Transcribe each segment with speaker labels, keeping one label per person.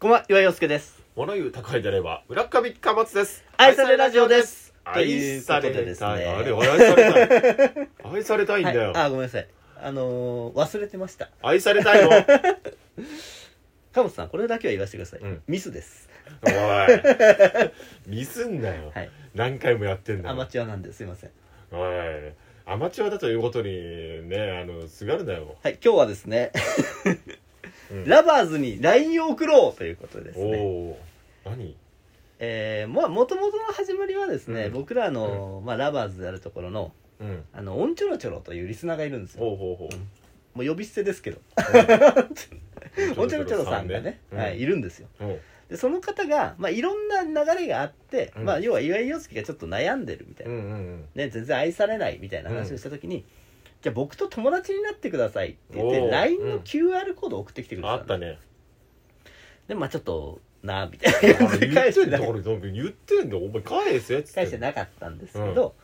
Speaker 1: こんばんは、岩井洋介です。
Speaker 2: 物言う高いであれば村上貨物です
Speaker 1: 愛されラジオです。
Speaker 2: 愛され
Speaker 1: ということでです
Speaker 2: たい、
Speaker 1: ね
Speaker 2: あれ愛されたい愛されたいんだ
Speaker 1: は
Speaker 2: よ、
Speaker 1: い、あ、ごめんなさい。あのー、忘れてました。
Speaker 2: 愛されたいのおい
Speaker 1: カモさん、これだけは言わせてください。
Speaker 2: うん
Speaker 1: ミスです。
Speaker 2: ミスんなよ、
Speaker 1: はい。
Speaker 2: 何回もやってんだ
Speaker 1: ア
Speaker 2: よ
Speaker 1: マチュアなんですいません。
Speaker 2: おいアマチュアだということにねあのすがるなよ、
Speaker 1: はい、今日はですね、
Speaker 2: うん
Speaker 1: ラバーズに LINE を送ろうということです
Speaker 2: お
Speaker 1: ね。
Speaker 2: おー何
Speaker 1: えー、まあ、もともとの始まりはですね、
Speaker 2: うん
Speaker 1: 僕らの、まあ、ラバーズであるところの、
Speaker 2: うん
Speaker 1: あの、オンチョロチョロというリスナーがいるんですよ。
Speaker 2: ほうほうほう、
Speaker 1: もう呼び捨てですけど、オ
Speaker 2: お
Speaker 1: ンチョロチョロさんがね、はい、いるんですよ。
Speaker 2: うん
Speaker 1: でその方が、まあ、いろんな流れがあって、
Speaker 2: うん
Speaker 1: まあ、要は岩井洋介がちょっと悩んでるみたい
Speaker 2: うんう
Speaker 1: な、
Speaker 2: んうん
Speaker 1: ね、全然愛されないみたいな話をした時に、じゃあ僕と友達になってくださいって言っ
Speaker 2: お
Speaker 1: て
Speaker 2: ー
Speaker 1: LINE の
Speaker 2: うん
Speaker 1: QR コードを送ってきてくれた
Speaker 2: あっ
Speaker 1: の
Speaker 2: たね
Speaker 1: でまあちょっとなあみたい
Speaker 2: 言
Speaker 1: な感じで返
Speaker 2: っ
Speaker 1: してて
Speaker 2: ん
Speaker 1: な
Speaker 2: だ
Speaker 1: か
Speaker 2: から言ってんだお前返せっつって
Speaker 1: 返してなかったんですけど、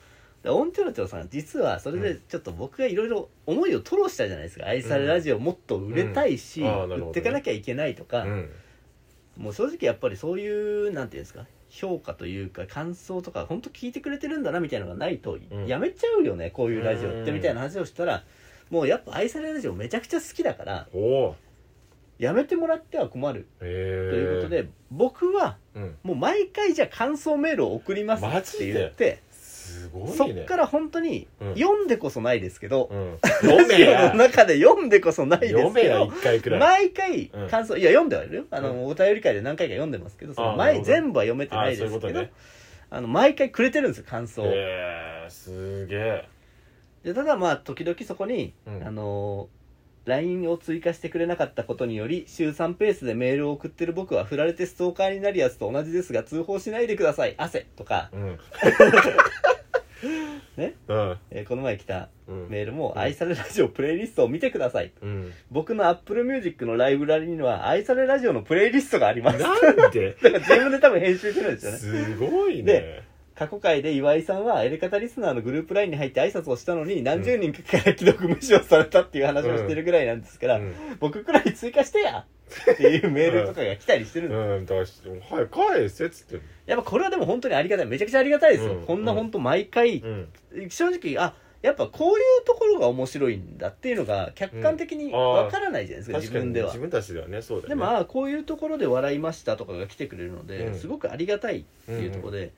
Speaker 1: でオンチョロチョロさん実はそれでちょっと僕がいろいろ思いを吐露したじゃないですか、愛されラジオもっと売れたいし、
Speaker 2: うんあーなるほどね
Speaker 1: 売っていかなきゃいけないとか、
Speaker 2: うん
Speaker 1: もう正直やっぱりそういうなんていうんですか評価というか感想とか本当聞いてくれてるんだなみたいなのがないと
Speaker 2: うん
Speaker 1: やめちゃうよね、こういうラジオっ
Speaker 2: う
Speaker 1: て
Speaker 2: ん
Speaker 1: みたいな話をしたらもうやっぱ愛されるラジオめちゃくちゃ好きだから
Speaker 2: おお
Speaker 1: やめてもらっては困る
Speaker 2: と
Speaker 1: と
Speaker 2: い
Speaker 1: いうことで、僕は
Speaker 2: うん、
Speaker 1: もう毎回じゃあ感想メールを送ります
Speaker 2: マジ
Speaker 1: って
Speaker 2: で
Speaker 1: 言って、
Speaker 2: すごいね
Speaker 1: そっから本当に
Speaker 2: うん
Speaker 1: 読んでこそ ないですけど、
Speaker 2: うん、読
Speaker 1: ラ
Speaker 2: め
Speaker 1: ジオ
Speaker 2: や
Speaker 1: の中で読んでこそないですけど
Speaker 2: 読めや一回くらい、
Speaker 1: 毎回
Speaker 2: うん
Speaker 1: 感想、いや読んではいるよあの、
Speaker 2: う
Speaker 1: お便り会で何回か読んでますけどその
Speaker 2: あな
Speaker 1: 前
Speaker 2: るほどね
Speaker 1: 全部は読めてないです
Speaker 2: あそう
Speaker 1: け
Speaker 2: いうこと
Speaker 1: ど
Speaker 2: ね
Speaker 1: あの毎回くれてるんですよ感想を、
Speaker 2: えー、すげえ
Speaker 1: でただまあ時々そこに、
Speaker 2: うん
Speaker 1: あのー LINE を追加してくれなかったことにより週3ペースでメールを送ってる僕は振られてストーカーになるやつと同じですが通報しないでください汗とか、
Speaker 2: うん
Speaker 1: ね
Speaker 2: うん
Speaker 1: えーこの前来た
Speaker 2: うん
Speaker 1: メール
Speaker 2: う
Speaker 1: も「
Speaker 2: ん
Speaker 1: 愛されラジオプレイリストを見てください」
Speaker 2: うん
Speaker 1: 僕の Apple Music のライブラリには「愛されラジオ」のプレイリストがあります
Speaker 2: なんで
Speaker 1: だから自分で多分編集してるんですよね
Speaker 2: すごいね
Speaker 1: で過去回で岩井さんはエレカタリスナーのグループラインに入って挨拶をしたのに何十人かから既読無視をされたっていう話をしてるぐらいなんですから、
Speaker 2: うん
Speaker 1: 僕くらい追加してやっていうメールとかが来たりしてるんです、
Speaker 2: うん、だからしはい返せっつってん
Speaker 1: やっぱこれはでも本当にありがたいめちゃくちゃありがたいですよ、
Speaker 2: うん
Speaker 1: こんな本当毎回、
Speaker 2: のうん
Speaker 1: 正直あやっぱこういうところが面白いんだっていうのが客観的に
Speaker 2: うんあー
Speaker 1: わからないじゃないですか、自
Speaker 2: 確かに
Speaker 1: 分では
Speaker 2: 自。分たちではねそうだ
Speaker 1: で
Speaker 2: よね
Speaker 1: もあーこういうところで笑いましたとかが来てくれるので、
Speaker 2: うん
Speaker 1: すごくありがたいっていうところで、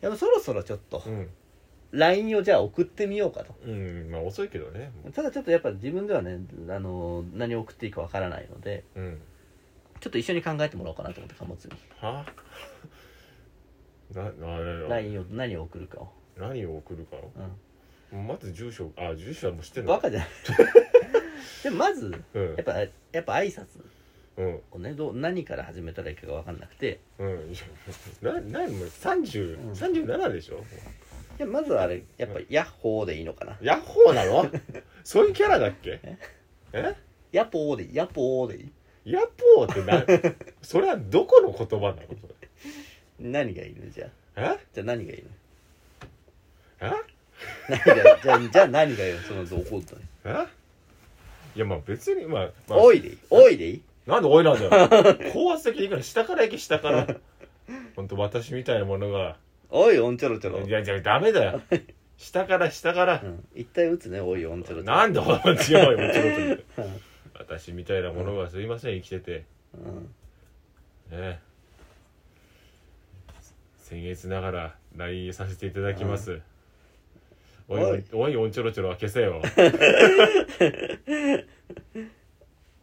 Speaker 1: やっぱそろそろちょっと
Speaker 2: うん
Speaker 1: LINE をじゃあ送ってみようかと。
Speaker 2: うん、うん、まあ遅いけどね
Speaker 1: ただちょっとやっぱ自分ではね、あの何を送っていいかわからないので
Speaker 2: うん
Speaker 1: ちょっと一緒に考えてもらおうかなと思って貨物に
Speaker 2: は なな
Speaker 1: LINE を何を送るかを、
Speaker 2: 何を送るか
Speaker 1: う
Speaker 2: まず住所あ住所はもう知って
Speaker 1: ん、
Speaker 2: ん
Speaker 1: バ
Speaker 2: の
Speaker 1: カじゃない でもまず
Speaker 2: うん
Speaker 1: やっぱやっぱ挨拶
Speaker 2: うん
Speaker 1: をねどう何から始めたらいいかがわかんなくて
Speaker 2: うんいやな何も30、37でしょ
Speaker 1: でまずはあれやっぱヤッホーでいいのかな
Speaker 2: ヤッホーな のそういうキャラだっけ
Speaker 1: え
Speaker 2: え
Speaker 1: ヤポーでいいヤポーでいい
Speaker 2: ヤッポーってなそれはどこの言葉なのそれ
Speaker 1: 何がいるじゃあ
Speaker 2: え
Speaker 1: じゃあ何がいる
Speaker 2: え
Speaker 1: 何がい るじゃあじゃあ何がいるそのどこだ、
Speaker 2: えいやまあ別にまあ、まあ、
Speaker 1: おいでいいおいでいい
Speaker 2: なんでおいなんだ よ高圧的にいくの下から行け下から本当私みたいなものが
Speaker 1: おいおんちょろちょろ、
Speaker 2: いやじゃダメだよ下から下から
Speaker 1: う、ん、一体打つねおいおんちょろちょろ
Speaker 2: なんでお前強いもちろんと
Speaker 1: うん
Speaker 2: 私みたいなものがすいません生きてて
Speaker 1: うん
Speaker 2: ね僭越ながら LINE させていただきます、
Speaker 1: うん
Speaker 2: おいおいおんちょろちょろは消せ よ、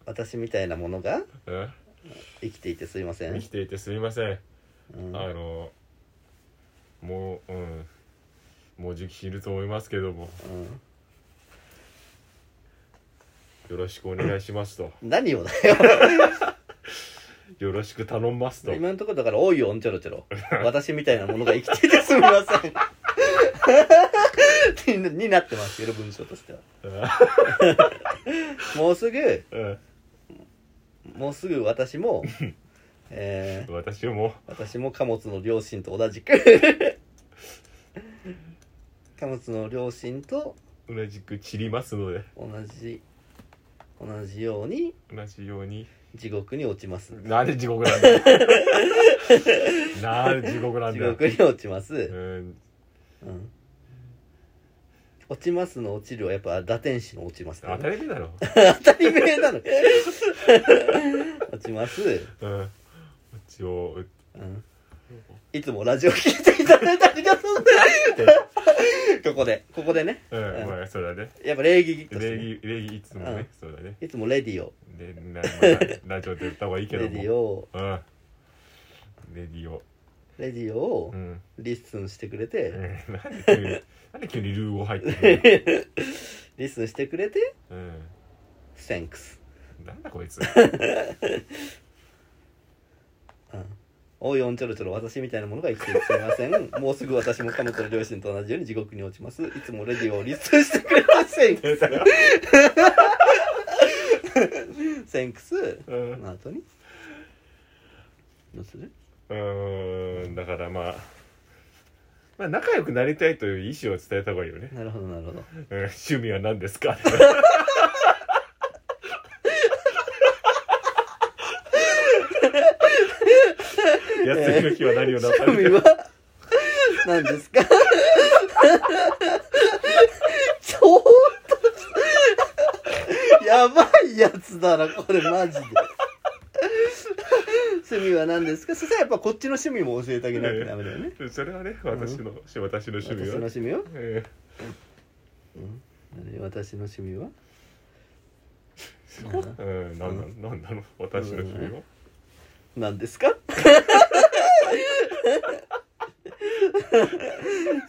Speaker 1: 私みたいなものが
Speaker 2: うん
Speaker 1: 生きていてすいません、
Speaker 2: 生きていてすいません、
Speaker 1: うん
Speaker 2: あのもううんもう時期知ると思いますけども
Speaker 1: うん
Speaker 2: よろしくお願いしますと
Speaker 1: 何をだよ
Speaker 2: よろしく頼んますと
Speaker 1: 今のところだから「おいよんちょろち ょろ私みたいなものが生きていてすみません」に になってますけど文章と してはもうすぐ
Speaker 2: うん
Speaker 1: もうすぐ私 もえー、
Speaker 2: 私も
Speaker 1: 私も貨物の両親と同じく 貨物の両親と
Speaker 2: 同じく散りますので
Speaker 1: 同じ同じように
Speaker 2: 同じように
Speaker 1: 地獄に落ちます
Speaker 2: なんで地獄なんだよ なんで地獄なん
Speaker 1: 地
Speaker 2: だよ
Speaker 1: 獄に落ちます、
Speaker 2: うん
Speaker 1: うん落ちますの落ちるはやっぱ打天使の落ちますから
Speaker 2: 当
Speaker 1: ね
Speaker 2: たり前 だろ
Speaker 1: 当たり前なの 落ちます、
Speaker 2: うん一応
Speaker 1: うん、いつもラジオ聞いていただいてありがとうございますここでここでね
Speaker 2: うんまあそうだね
Speaker 1: やっぱ礼儀としてね
Speaker 2: 礼儀礼儀いつもねそうだね
Speaker 1: いつもレディオ
Speaker 2: でな まあラジオで言った方がいいけ
Speaker 1: レ
Speaker 2: ど
Speaker 1: デ
Speaker 2: も
Speaker 1: ィオ
Speaker 2: うんレディオ
Speaker 1: レディオを
Speaker 2: うん
Speaker 1: リッスンしてくれて、
Speaker 2: うんなんで急になんで急にルー語入ってくる
Speaker 1: リッスンしてくれて
Speaker 2: のうん
Speaker 1: 「Thanks
Speaker 2: なんだこい つ」
Speaker 1: うん「おいおんちょろちょろ私みたいなものが生きているすみません もうすぐ私も彼女と両親と同じように地獄に落ちますいつもレディオをリッスンしてくれません Thanks
Speaker 2: うん
Speaker 1: その後にどうする
Speaker 2: うーんだからまあまあ仲良くなりたいという意思を伝えた方がいいよね、
Speaker 1: なるほどなるほど
Speaker 2: うん、趣味は何です か休みの日は何をなさ
Speaker 1: 趣味
Speaker 2: る
Speaker 1: は何ですか ちょっとやばいやつだなこれマジで趣味は何ですかそしたらやっぱこっちの趣味も教えてあげないとダメだよね
Speaker 2: それはね私の、私の趣
Speaker 1: 私
Speaker 2: 味
Speaker 1: の
Speaker 2: は、
Speaker 1: 趣味は、
Speaker 2: え
Speaker 1: うん、何私の趣味は
Speaker 2: ーうん、なんなんなんだろう私の趣味は、
Speaker 1: 何ですか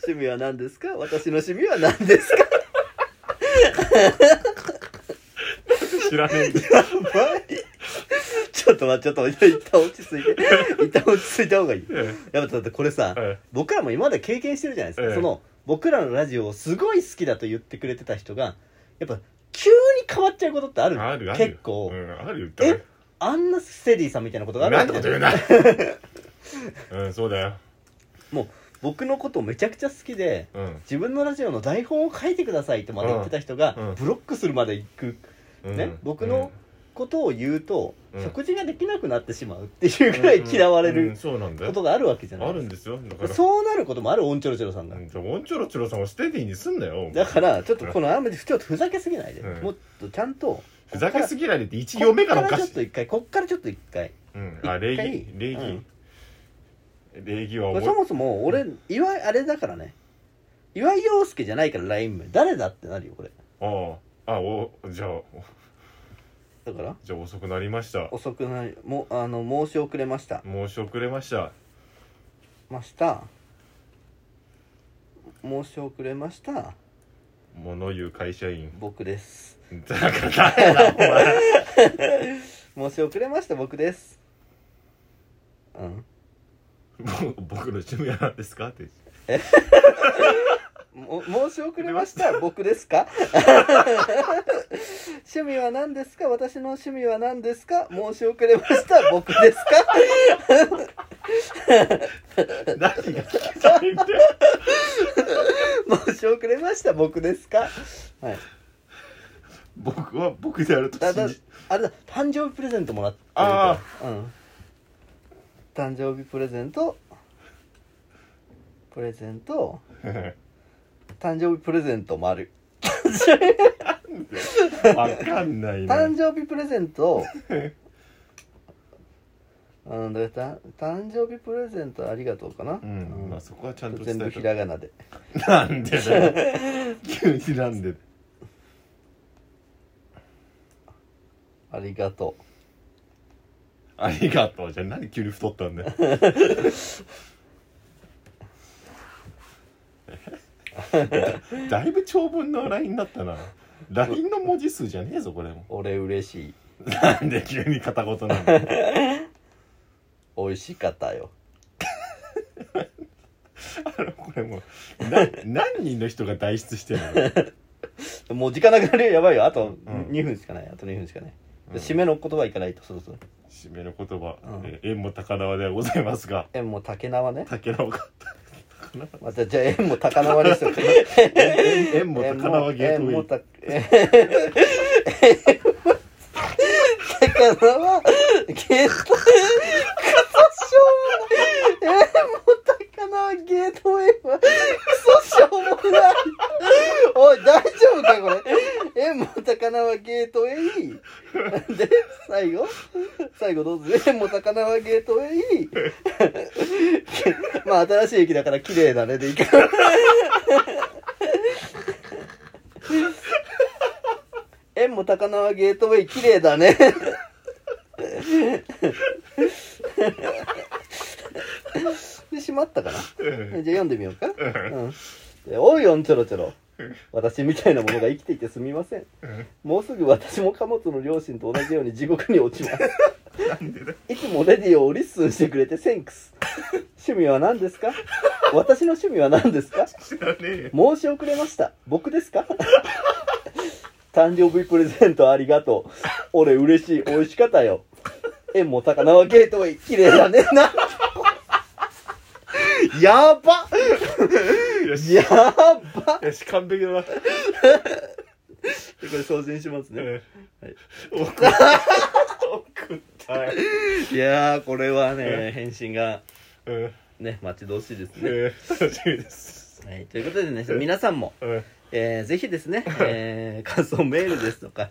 Speaker 1: 趣味は何ですか私の趣味は何ですか
Speaker 2: 知らねえん だよ
Speaker 1: やばいちょっと待ってちょっと待って一旦落ち着いて一旦落ち着いた方がいいやっぱだってこれさ、
Speaker 2: え
Speaker 1: 僕らも今まで経験してるじゃないですか、
Speaker 2: ええ
Speaker 1: その僕らのラジオをすごい好きだと言ってくれてた人がやっぱ急に変わっちゃうことってある
Speaker 2: えあるある
Speaker 1: 結構、
Speaker 2: うん、あるよ
Speaker 1: えあんなセリーさんみたいなことがある
Speaker 2: なん
Speaker 1: わ
Speaker 2: て
Speaker 1: け
Speaker 2: こと言うな うんそうだよ
Speaker 1: もう僕のことめちゃくちゃ好きで
Speaker 2: うん
Speaker 1: 自分のラジオの台本を書いてくださいとまで言ってた人が、
Speaker 2: うんうん
Speaker 1: ブロックするまで行く
Speaker 2: うん
Speaker 1: ね僕のことを言うと、
Speaker 2: うん
Speaker 1: 食事ができなくなってしまうっていう ぐらい嫌われ
Speaker 2: うんう
Speaker 1: る
Speaker 2: んそうなんだ
Speaker 1: こ
Speaker 2: よ
Speaker 1: とがあるわけじゃない
Speaker 2: あるんですよだから
Speaker 1: そうなることもあるオンチョロチョロさんが、
Speaker 2: うんじゃあオンチョロチョロさんをステディにすんなよ
Speaker 1: だからちょっとこのあんまりちょっとふざけすぎないで、
Speaker 2: うん
Speaker 1: もっとちゃんと
Speaker 2: ふざけすぎないでって一
Speaker 1: こ
Speaker 2: 行
Speaker 1: っ
Speaker 2: 目か
Speaker 1: からら
Speaker 2: おか
Speaker 1: ちょっ
Speaker 2: し
Speaker 1: と
Speaker 2: い
Speaker 1: 一回こっからちょっと一回
Speaker 2: うんあ礼
Speaker 1: 一
Speaker 2: 儀
Speaker 1: 回
Speaker 2: 礼
Speaker 1: う
Speaker 2: 儀
Speaker 1: ん
Speaker 2: 礼儀は
Speaker 1: これ
Speaker 2: 覚
Speaker 1: そ
Speaker 2: え
Speaker 1: もそも俺岩井あれだからね岩井陽介じゃないから LINE 名誰だってなるよこれ
Speaker 2: あああおじゃあお
Speaker 1: だから
Speaker 2: じゃあ遅くなりました
Speaker 1: 遅くないもうあの申し遅れました
Speaker 2: 申し遅れました
Speaker 1: ました申し遅れました
Speaker 2: 物言う会社員
Speaker 1: 僕です
Speaker 2: だから誰だお前
Speaker 1: 申し遅れました僕ですうん
Speaker 2: ぼ僕の趣味は何ですかって
Speaker 1: も申し遅れました僕ですか 趣味は何ですか私の趣味は何ですか申し遅れました僕ですか
Speaker 2: 何が聞きたいんだよ
Speaker 1: 申し遅れました僕ですかはい
Speaker 2: 僕は僕であると
Speaker 1: だだ
Speaker 2: 信じ
Speaker 1: あれだ誕生日プレゼントもらってる
Speaker 2: あ
Speaker 1: あうん誕生日プレゼントプレゼント誕生日プレゼントもある
Speaker 2: わかんないな
Speaker 1: 誕生日プレゼン トうんだからた誕生日プレゼントありがとうかな、
Speaker 2: うん、まあ
Speaker 1: う
Speaker 2: そこはちゃん
Speaker 1: ん
Speaker 2: と
Speaker 1: 全部
Speaker 2: 伝え
Speaker 1: ひ
Speaker 2: た
Speaker 1: らがなで
Speaker 2: なんでだよ急になんで
Speaker 1: ありがとう
Speaker 2: ありがとうじゃあ何急に太ったんだ よだだいぶ長文の LINE だったな LINE の文字数じゃねえぞこれも
Speaker 1: 俺嬉しい
Speaker 2: なんで急に片言なんだよ
Speaker 1: 美味しかったよ
Speaker 2: あのこれもうな何人の人が代筆してるの
Speaker 1: もう時間なくなるよやばいよあと
Speaker 2: うん
Speaker 1: 2分しかないあと2分しかない、
Speaker 2: うん
Speaker 1: 締めの言葉いかないとそうそう
Speaker 2: 締めの言葉
Speaker 1: うん
Speaker 2: 「え縁も高輪ではございますが
Speaker 1: えもう竹縄 ね
Speaker 2: 竹縄が高輪
Speaker 1: またじゃあ縁も高輪にしようかな
Speaker 2: 縁縁も高輪ゲートウ
Speaker 1: 縁
Speaker 2: ェ
Speaker 1: も
Speaker 2: イ
Speaker 1: たえー魚は、ゲート、クソしょうもない。えー、もう魚はゲートウェイは、クソしょうもない。おい、大丈夫か、これ。えー、もう魚はゲートウェイ。 で、最後最後どうぞ。えー、 もう魚はゲートウェイ。 まあ、新しい駅だから綺麗だね、でいい か。えも高輪ゲートウェイ綺麗だね で閉まったかなじゃあ読んでみようか、うん、でおいおんちょろちょろ私みたいなものが生きていてすみませんもうすぐ私も貨物の両親と同じように地獄に落 ちます
Speaker 2: なんでだ
Speaker 1: いつもレディオをリッスンしてくれてセンクス趣味は何ですか私の趣味は何ですか
Speaker 2: 知らねえよ
Speaker 1: 申し遅れました僕ですか誕生日プレゼントありがとう俺嬉しい美味しかったよ縁も高輪ゲートウェイ綺麗だねなやば
Speaker 2: よし
Speaker 1: やば
Speaker 2: よし完璧だな
Speaker 1: これ送信しますね
Speaker 2: はい送った送ったよ
Speaker 1: いやーこれは
Speaker 2: う
Speaker 1: ね返信が
Speaker 2: うん
Speaker 1: ね待ち遠しいですね、
Speaker 2: えー楽しみです
Speaker 1: はい、ということでね皆さんも、
Speaker 2: うんうん
Speaker 1: えー、ぜひですね、えー、感想メールですとか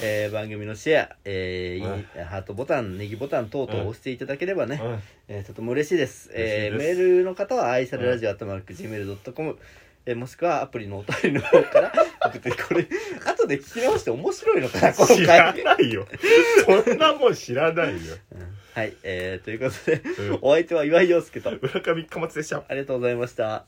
Speaker 1: えー番組のシェア、えーいいハートボタンネギボタン等々
Speaker 2: うん
Speaker 1: 押していただければね、
Speaker 2: うん
Speaker 1: えーとても嬉しいですえーメ
Speaker 2: 嬉しいです
Speaker 1: ールの方は愛されラジオ atmarkgmail.com、えーもしくはアプリのお便りの方 から送ってこれ後で聞き直して面白いのかなこの
Speaker 2: 知ら
Speaker 1: 回、
Speaker 2: ないよそんなもん知らないよ
Speaker 1: うんはい、えーということで
Speaker 2: うん
Speaker 1: お相手は岩井陽介と
Speaker 2: 村上貨物でした
Speaker 1: ありがとうございました